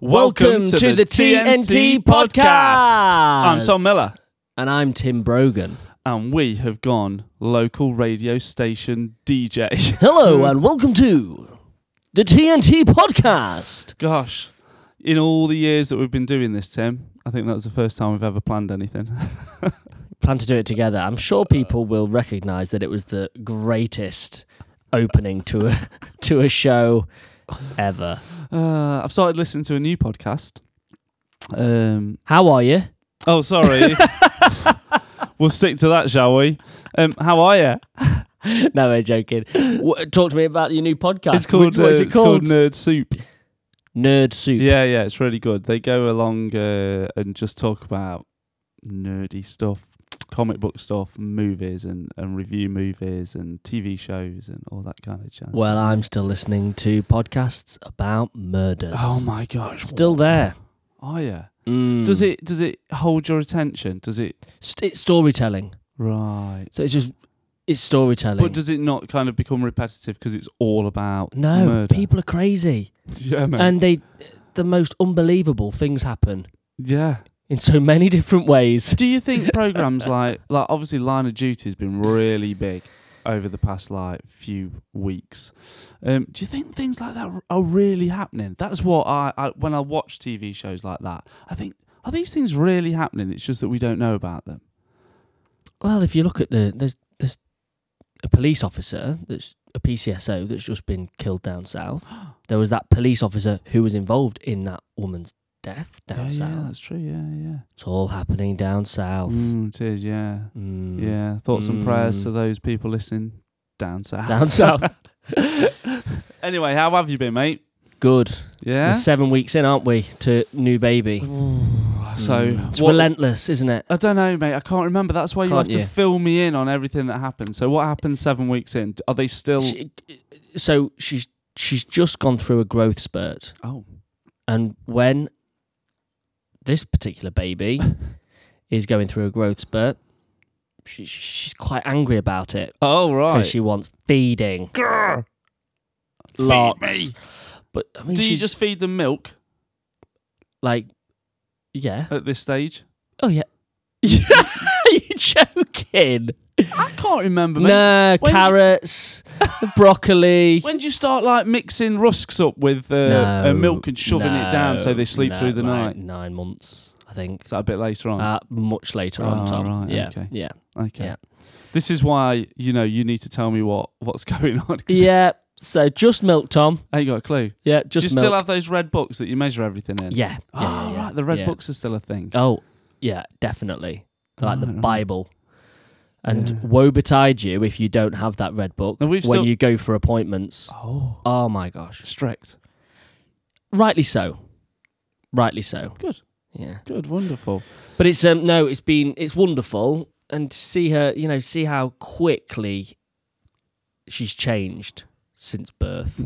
Welcome, to, the, TNT, podcast. I'm Tom Miller, And I'm Tim Brogan. and we have gone local radio station DJ. Hello and welcome to the TNT podcast. Gosh, in all the years that we've been doing this, Tim, I think that was the first time we've ever planned anything. Plan to do it together. I'm sure people will recognize that it was the greatest opening to a to a show ever. Uh, I've started listening to a new podcast. Um, How are you? oh, sorry. we'll stick to that, shall we? Um, how are Uh, you? No, we're joking. W- talk to me about your new podcast. It's called. What- what is uh, it it's called called? Nerd Soup. Nerd Soup. Yeah, yeah, it's really good. They go along uh, and just talk about nerdy stuff, comic book stuff, movies, and, and review movies and TV shows and all that kind of jazz. Well, I'm still listening to podcasts about murders. oh my gosh, Still there. Oh yeah. Mm. Does it does it hold your attention? Does it St- it's storytelling. right? So it's just it's storytelling. But does it not kind of become repetitive because it's all about no, murder? people are crazy, Yeah, man. and they the most unbelievable things happen yeah. in so many different ways. Do you think programs like like obviously Line of Duty has been really big over the past like few weeks? Um, do you think things like that are really happening? That's what I, I when I watch TV shows like that, I think are these things really happening? It's just that we don't know about them. Well, if you look at the there's there's a police officer that's a PCSO that's just been killed down south. There was that police officer who was involved in that woman's death down yeah, south. yeah, that's true. Yeah, yeah. It's all happening down south. Mm, it is. Yeah, Mm. yeah. Thoughts and prayers Mm. to those people listening down south. Down south. anyway, how have you been, mate? Good. We're Yeah. seven weeks in, aren't we, to new baby? So Mm. it's what- relentless, isn't it? I don't know, mate. I can't remember. That's why you Can't have to you? fill me in on everything that happened. So what happened seven weeks in? Are they still? She, so she's she's just gone through a growth spurt, oh, and when this particular baby is going through a growth spurt, she, she's quite angry about it oh because right. she wants feeding Grr. Feed lots. me. But I mean, Do you she's just feed them milk like, yeah? at this stage? Oh yeah. Are you joking? I can't remember, mate. No, when do- carrots, broccoli. When do you start like mixing rusks up with uh, uh, No, milk and shoving it down so no, they sleep no, through the night? like Nine months, I think. Is that a bit later on? Uh, much later Oh, on, Tom. right, yeah, okay. yeah, okay. yeah. This is why you know you need to tell me what what's going on. 'cause yeah. So just milk, Tom. I ain't got a clue. Yeah, Do you just milk. still have those red books that you measure everything in? yeah, yeah, Oh, yeah, yeah, right. The red yeah. books are still a thing. Oh, yeah, definitely. They're like Right, the right. Bible. And Yeah. woe betide you if you don't have that red book And when we've still- you go for appointments. Oh. Oh my gosh. Strict. Rightly so. Rightly so. Good. Yeah. Good. Wonderful. But it's um no, it's been it's wonderful, and to see her, you know, see how quickly she's changed since birth.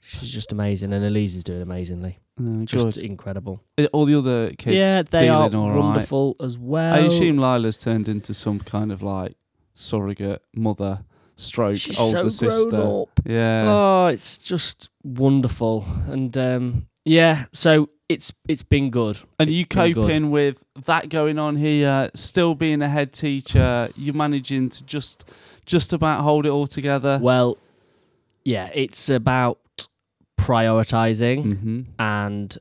she's just amazing, and Elise is doing amazingly, Uh, good. just incredible. Uh, All the other kids. yeah, they dealing are all right. wonderful as well. I assume Lila's turned into some kind of like surrogate mother, stroke she's older so grown sister. up. Yeah. Oh, it's just wonderful, and um, yeah, so it's it's been good. and it's you been good. coping with that going on here, still being a head teacher, you're managing to just just about hold it all together. Well, yeah, it's about prioritizing. mm-hmm. and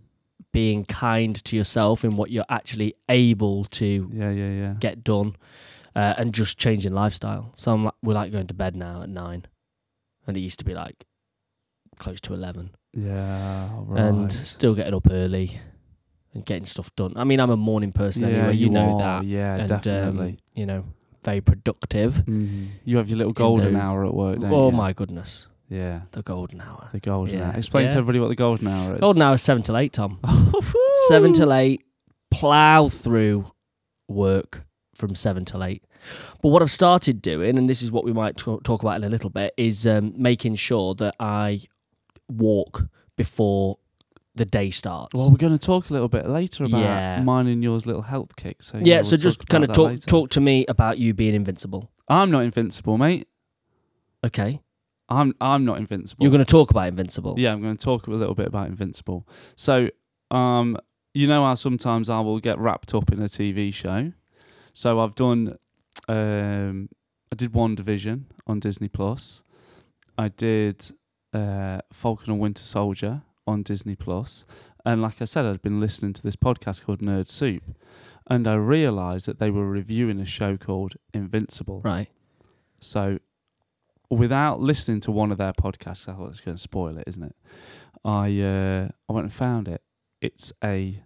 being kind to yourself in what you're actually able to Yeah, yeah, yeah. get done uh, and just changing lifestyle. So I'm like, we're like going to bed now at nine, and it used to be like close to 11, Yeah. Right. and still getting up early and getting stuff done. I mean, I'm a morning person yeah, anyway, you, know are. that. Yeah, and, um, definitely. you know, very productive. Mhm. You have your little golden those- hour at work, don't Oh you? my goodness, Yeah, the golden hour. the golden Yeah. hour. Explain to Yeah. everybody what the golden hour is. Golden hour is seven till eight, Tom. hour. seven till eight, plow through work from seven till eight. But what I've started doing, and this is what we might t- talk about in a little bit, is um, making sure that I walk before the day starts. Well, we're going to talk a little bit later about Yeah. mine and yours little health kick. So yeah, we'll so just talk kind of about that talk later. talk to me about you being invincible. I'm not invincible, mate. Okay, I'm I'm not invincible. you're going to talk about invincible. yeah, I'm going to talk a little bit about invincible. So um, you know how sometimes I will get wrapped up in a TV show. So I've done, um, I did One Division on Disney Plus. I did uh, Falcon and Winter Soldier on Disney Plus. And like I said, I'd been listening to this podcast called Nerd Soup, and I realised that they were reviewing a show called Invincible. Right. So, without listening to one of their podcasts, I thought it's going to spoil it, isn't it? I uh, I went and found it. It's a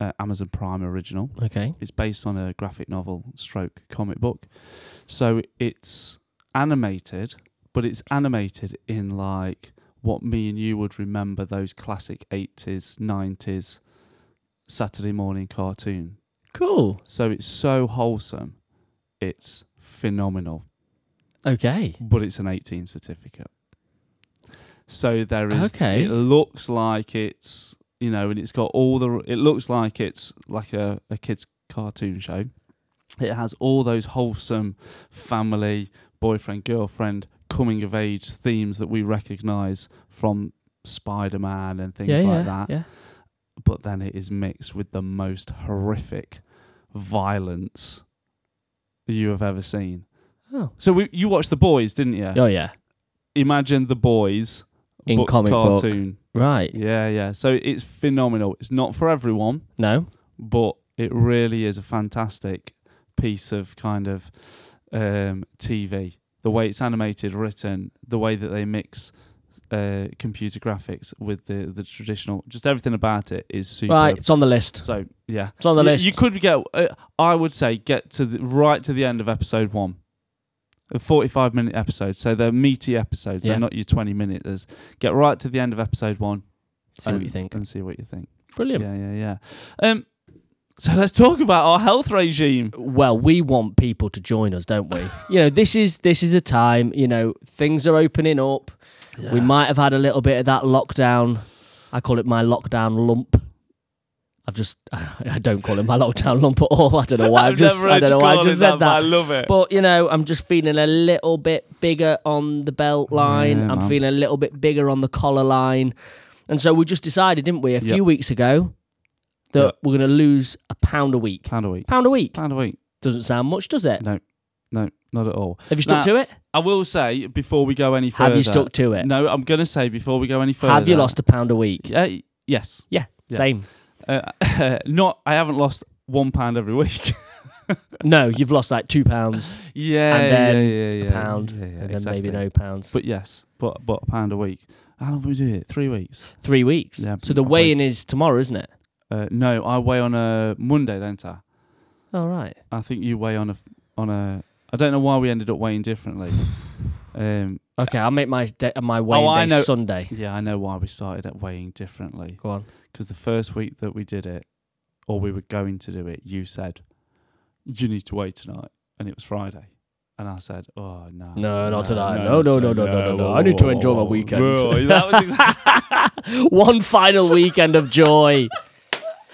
uh, Amazon Prime original. Okay. It's based on a graphic novel stroke comic book. So it's animated, but it's animated in like what me and you would remember those classic 80s, 90s Saturday morning cartoon. Cool. So it's so wholesome. It's phenomenal, Okay. but it's an 18 certificate. So there is Okay. it looks like it's, you know, and it's got all the it looks like it's like a, a kids cartoon show. It has all those wholesome family, boyfriend, girlfriend, coming of age themes that we recognize from Spider-Man and things yeah, like yeah, that Yeah. but then it is mixed with the most horrific violence you have ever seen. Oh. So we, you watched The Boys, didn't you? Oh yeah. Imagine The Boys In but comic book. cartoon. Right. Yeah, yeah. So it's phenomenal. It's not for everyone, No. but it really is a fantastic piece of kind of um, TV. The way it's animated, written, the way that they mix uh, computer graphics with the, the traditional, just everything about it is super. Right. It's on the list. So yeah, It's on the you, list. You could get. Uh, I would say get to the, right to the end of episode one, a forty-five minute episode. So they're meaty episodes. Yeah. They're not your twenty minutes. Get right to the end of episode one. See what and- you think. and see what you think. Brilliant. Yeah, yeah, yeah. Um, so let's talk about our health regime. well we want people to join us don't we you know this is this is a time you know things are opening up we might have had a little bit of that lockdown i call it my lockdown lump i've just i don't call it my lockdown lump at all i don't know why i've just never i heard don't know you why i call just it said but I that love it. but you know i'm just feeling a little bit bigger on the belt line Yeah, i'm man. feeling a little bit bigger on the collar line and so we just decided didn't we a Yep. few weeks ago that Yep. we're going to lose a pound a week pound a week. pound a week Pound a week. doesn't sound much, does it? No, no, not at all. Have you stuck Nah, to it? I will say before we go any further. Have you stuck to it? No, I'm gonna say before we go any further. Have you lost a pound a week? Uh, yes. Yeah, Yeah. same. Uh, not. I haven't lost one pound every week. No, you've lost like two pounds, yeah, And then yeah, yeah, a yeah, pound, yeah, yeah, and then exactly. maybe no pounds. But But yes, but but a pound a week. How long have we do it? Three weeks. three weeks. Yeah, so the probably. weigh-in is tomorrow, isn't it? Uh, no, I weigh on a Monday, don't I? All right. I think you weigh on a on a. I don't know why we ended up weighing differently. Um, Okay, I'll make my de- uh, my weigh-in Oh, I day know- Sunday. yeah, I know why we started at weighing differently Go on. because the first week that we did it, or we were going to do it, you said you need to weigh tonight, and it was Friday. And I said, "Oh no, No, not tonight. No, no, no, no, no, no, no. I need to enjoy my weekend." Well, that was exactly One final weekend of joy.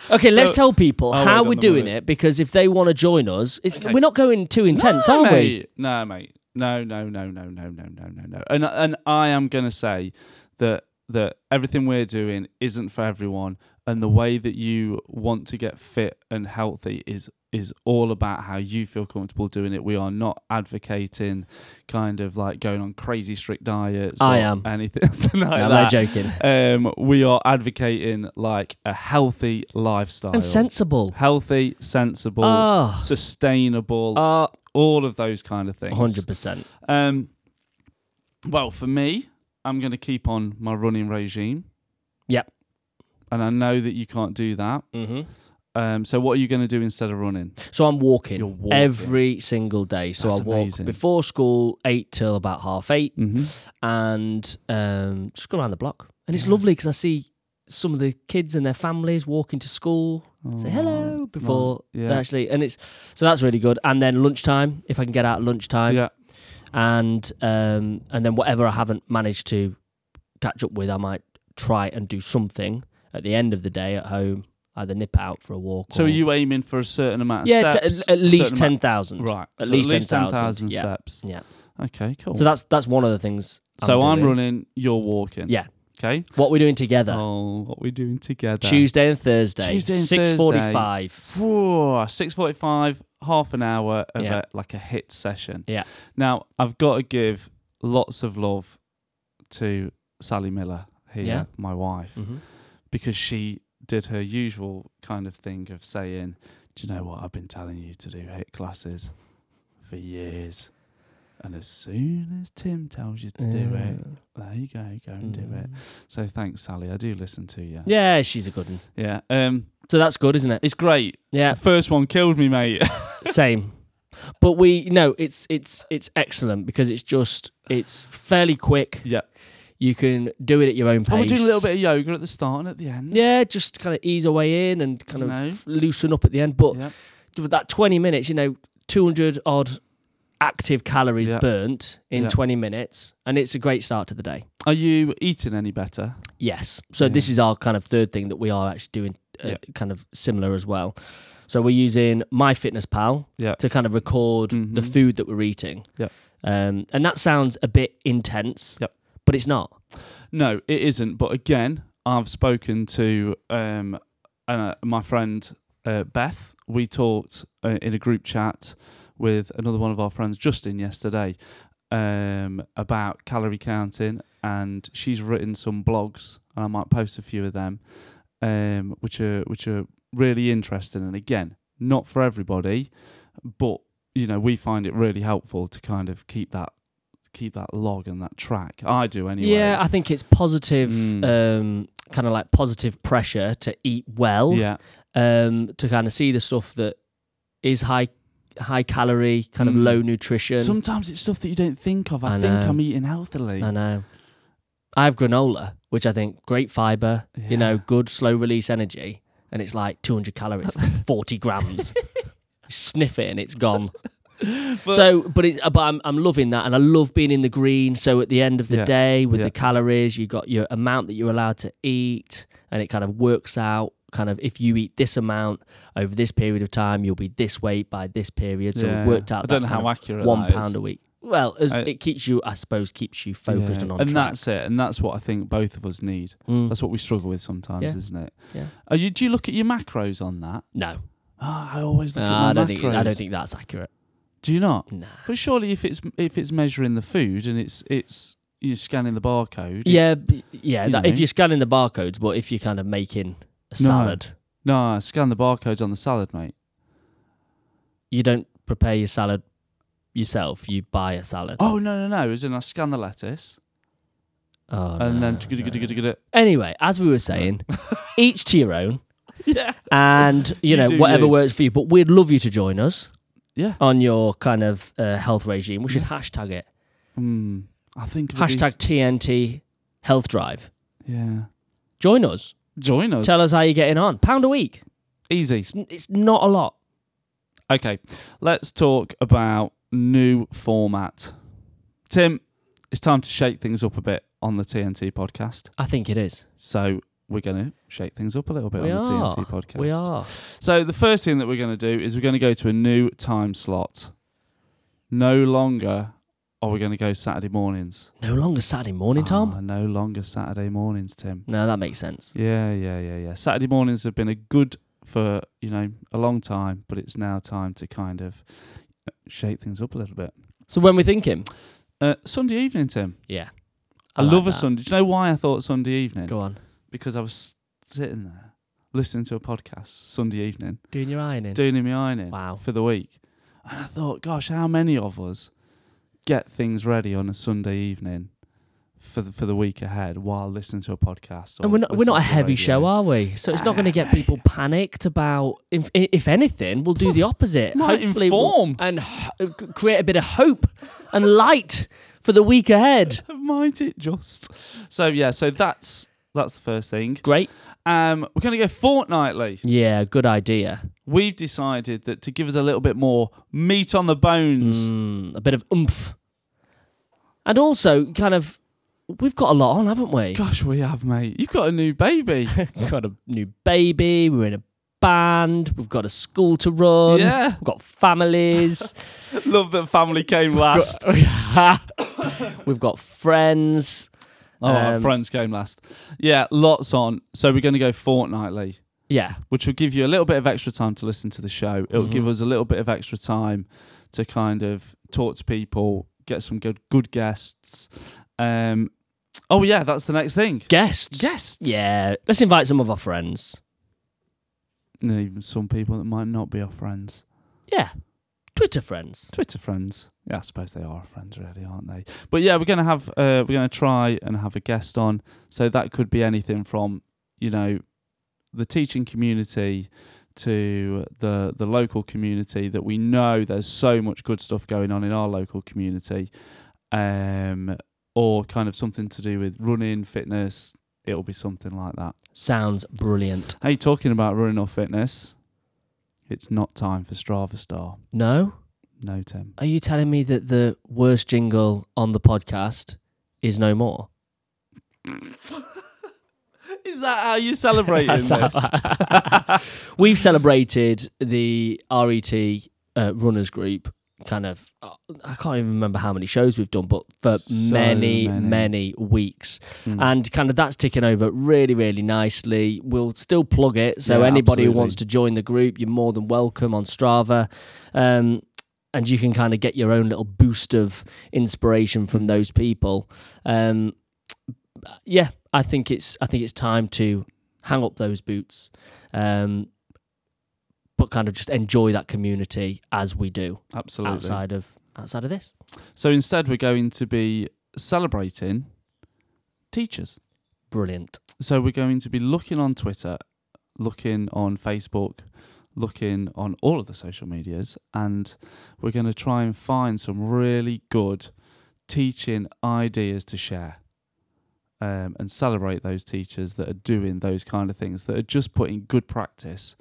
Okay, let's So- tell people I'll how wait we're on the doing money. it because if they want to join us, it's we're not going too intense, are we? mate. No, mate. No, no, no, no, no, no, no, no, no. And and I am gonna say that that everything we're doing isn't for everyone, and the way that you want to get fit and healthy is is all about how you feel comfortable doing it. We are not advocating kind of like going on crazy strict diets. I or am. anything like No, that. I'm not joking. Um, we are advocating like a healthy lifestyle, And sensible. healthy, sensible, Ah. sustainable, Uh, all of those kind of things. 100%. Um, well, for me, I'm going to keep on my running regime. Yep. And I know that you can't do that. Mm-hmm. Um, so what are you going to do instead of running? So I'm walking, You're walking. every single day. So That's I walk amazing. before school, eight till about half eight, Mm-hmm. and um, just go around the block. And it's lovely because I see some of the kids and their families walking to school, say hello before Mm. Oh, yeah. they actually, and it's so that's really good. And then lunchtime, if I can get out at lunchtime, Yeah. and um, and then whatever I haven't managed to catch up with, I might try and do something at the end of the day at home. Either nip out for a walk. So or, are you aiming for a certain amount of yeah, steps? t- at least Certain amount- ten thousand. Right. At so least at least 10,000, yeah. steps. Yeah. Okay, cool. So that's that's one of the things. So I'm doing. running, you're walking. Yeah. Okay. What we're doing together. Oh, what we're doing together. Tuesday and Thursday. Tuesday and six forty-five. Whoa, six forty-five, half an hour of Yeah. a, like a hit session. Yeah. Now I've got to give lots of love to Sally Miller here, Yeah. Mm. my wife, because she did her usual kind of thing of saying, "Do you know what I've been telling you to do hit classes for years." And as soon as Tim tells you to do it, Mm. there you go, go and do it. So thanks, Sally. I do listen to you. Yeah, she's a good one. Yeah. Um, So that's good, isn't it? it's great. Yeah, First one killed me, mate. same. But we no, it's it's it's excellent because it's just it's fairly quick. yeah. You can do it at your own And pace. we do a little bit of yoga at the start and at the end. yeah, just kind of ease away in and kind of No. loosen up at the end. But Yep. with that 20 minutes, you know, 200 odd active calories Yeah. burnt in Yeah. 20 minutes, and it's a great start to the day. Are you eating any better? Yes. So this is our kind of third thing that we are actually doing uh, Yeah. kind of similar as well. So we're using MyFitnessPal Yeah. to kind of record the Mhm. food that we're eating. Yeah. Um, and that sounds a bit intense, Yep. but it's not. No, it isn't. But again, I've spoken to um, uh, my friend uh, Beth. We talked uh, in a group chat with another one of our friends, Justin, yesterday um, about calorie counting, and she's written some blogs, and I might post a few of them, um, which are which are really interesting. And again, not for everybody, but you know, we find it really helpful to kind of keep that keep that log and that track. I do anyway. Yeah, I think it's positive, Mm. um, kind of like positive pressure to eat well. Yeah, um, to kind of see the stuff that is high high calorie, kind of Mm. low nutrition. Sometimes it's stuff that you don't think of. I, I think know. I'm eating healthily. I know. I have granola, which I think great fiber, you know, Yeah. good slow release energy, and it's like 200 calories, 40 grams. Sniff it and it's gone. But- so, but it's but I'm I'm loving that, and I love being in the green. So at the end of the Yeah. day, with Yeah. the calories, you got your amount that you're allowed to eat, and it kind of works out. Kind of if you eat this amount over this period of time, you'll be this weight by this period. So Yeah. it worked out. I don't that know kind how of accurate one that is. pound a week. Well, as, I- it keeps you, I suppose, keeps you focused Yeah. and on and track. that's it. And that's what I think both of us need. Mm. That's what we struggle with sometimes, Yeah. isn't it? Yeah. Are you, do you look at your macros on that? No, Ah, I always look Uh, at my I don't macros. think I don't think that's accurate. Do you not? Nah. But surely, if it's if it's measuring the food and it's it's you're scanning the barcode. it- Yeah, b- yeah. You That, know. if you're scanning the barcodes, but if you're kind of making a No. salad, No, scan the barcodes on the salad, mate. you don't prepare your salad yourself. You buy a salad. Oh no no no! As in, I scan the lettuce Oh, and no, then no. then anyway, as we were saying, each to your own, yeah and you, You know do whatever you. works for you. But we'd love you to join us yeah. on your kind of uh, health regime. We should hashtag it. Mm, I think with these- Hashtag TNT Health Drive. yeah. Join us. Join us. Tell us how you're getting on. Pound a week. Easy. It's, n- it's not a lot. Okay, let's talk about new format. Tim, it's time to shake things up a bit on the TNT podcast. I think it is. So we're going to shake things up a little bit we on the are. TNT podcast. We are. So the first thing that we're going to do is we're going to go to a new time slot. No longer are we going to go Saturday mornings. No longer Saturday morning, Tom. Ah, no longer Saturday mornings, Tim. No, that makes sense. Yeah, yeah, yeah, yeah. Saturday mornings have been a good for you know a long time, but it's now time to kind of shake things up a little bit. So when we're thinking, Uh, Sunday evening, Tim. yeah, I, like love a that. Sunday. Do you know why I thought Sunday evening? Go on, Because I was sitting there listening to a podcast Sunday evening, doing your ironing. doing my ironing Wow. for the week, and I thought, gosh, how many of us get things ready on a Sunday evening? For the, for the week ahead, while listening to a podcast, or And we're not, we're not a listening to heavy show, radio. are we? So it's not going to get Ah, people panicked about. If, if anything, we'll do the opposite. Might Hopefully, we'll- inform. and h- uh, create a bit of hope and light for the week ahead. might it just so yeah so that's that's the first thing Great. um we're going to go fortnightly Yeah, good idea. we've decided that to give us a little bit more meat on the bones Mm, a bit of oomph, and also kind of. We've got a lot on, haven't we? gosh we have mate you've got a new baby got a new baby. We're in a band. We've got a school to run. yeah We've got families. love that family came last We've got friends. Oh, our Um, friends came last. Yeah, lots on. So we're going to go fortnightly, Yeah. which will give you a little bit of extra time to listen to the show. It'll give us a little bit of extra time to kind of talk to people, get some good good guests. Um, oh yeah, that's the next thing. Guests. Guests. Yeah. Let's invite some of our friends. And even some people that might not be our friends. Yeah. Twitter friends. Twitter friends. Yeah, I suppose they are friends, really, aren't they? But yeah, we're gonna have uh, we're gonna try and have a guest on. So that could be anything from you know the teaching community to the the local community that we know there's so much good stuff going on in our local community, um, or kind of something to do with running, fitness. It'll be something like that. Sounds brilliant. Hey, talking about running or fitness, it's not time for Strava Star. No? No, Tim. Are you telling me that the worst jingle on the podcast is no more? Is that how you celebrate That's how- We've celebrated the RET uh, runners group. Kind of, uh, I can't even remember how many shows we've done, but for So many. many, Hmm. many, weeks, and kind of that's ticking over really, really nicely. We'll still plug it, so Yeah, anybody who absolutely. wants to join the group, you're more than welcome on Strava, um, and you can kind of get your own little boost of inspiration from those people. Um, yeah, I think it's I think it's time to hang up those boots, um, but kind of just enjoy that community as we do Absolutely. outside of outside of this. So instead, we're going to be celebrating teachers. Brilliant. So we're going to be looking on Twitter, looking on Facebook, looking on all of the social medias, and we're going to try and find some really good teaching ideas to share. Um, and celebrate those teachers that are doing those kind of things, that are just putting good practice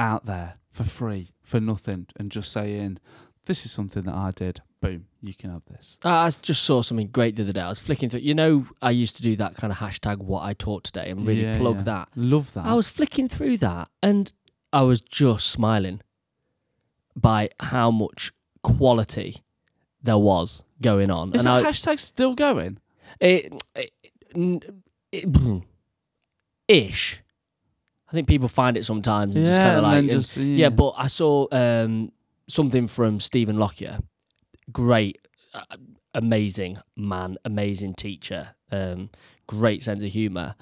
out there for free, for nothing, and just saying, This is something that I did. Boom, you can have this. I just saw something great the other day. I was flicking through. You know, I used to do that kind of hashtag what I taught today and really Yeah, plug yeah. that. Love that. I was flicking through that and I was just smiling by how much quality there was going on. is and that I, hashtag still going? it, it, n- it- ish. I think people find it sometimes and just kind of and like then and- just- yeah. But I saw um, something from Stephen Lockyer, great, uh, amazing man, amazing teacher, um, great sense of humour.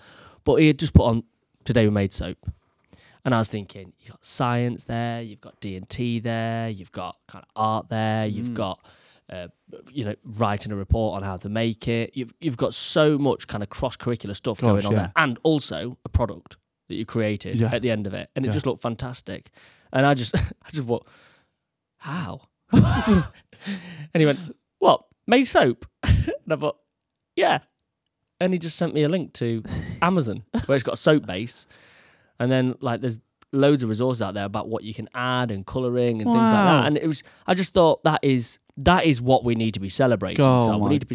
But he had just put on today we made soap, and I was thinking you've got science there, you've got D and T there, you've got kind of art there, Mm. you've got uh, you know writing a report on how to make it. You've you've got so much kind of cross curricular stuff Gosh, going on yeah. there, and also a product that you created Yeah. at the end of it, and it Yeah. just looked fantastic. And I just I just what how? and he went, what made soap? and I thought, yeah. And he just sent me a link to Amazon where it's got a soap base, and then like there's loads of resources out there about what you can add and coloring and things like Wow. that. And it was I just thought that is that is what we need to be celebrating. Oh Tom. my we need to be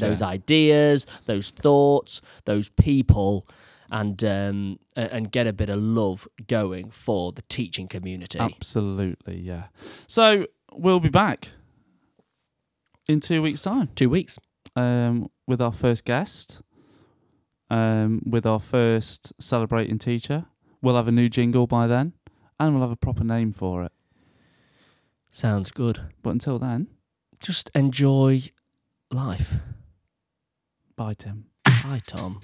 goodness, yeah. those ideas, those thoughts, those people. And um, a- and get a bit of love going for the teaching community. Absolutely, yeah. So we'll be back in two weeks' time Two weeks. um, with our first guest, um, with our first celebrating teacher. We'll have a new jingle by then, and we'll have a proper name for it. Sounds good. But until then, Just enjoy life. bye, Tim. Hi, Tom.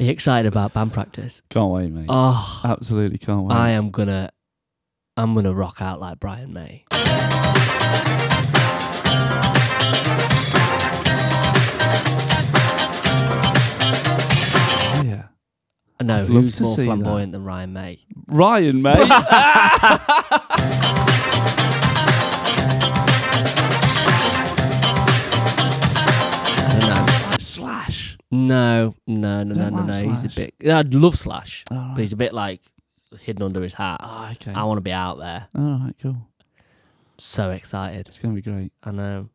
Are you excited about band practice? Can't wait, mate. Oh, Absolutely can't wait. I am gonna, I'm gonna rock out like Brian May. yeah. No, I'd love who's to more see that. flamboyant than Ryan May? Ryan, mate. I don't know. Slash. No, no, no, no, Don't no, like no. He's a Slash. bit. I'd love Slash, All right. but he's a bit like hidden under his hat. Ah, okay. I want to be out there. All right, cool. So excited. It's going to be great. I know.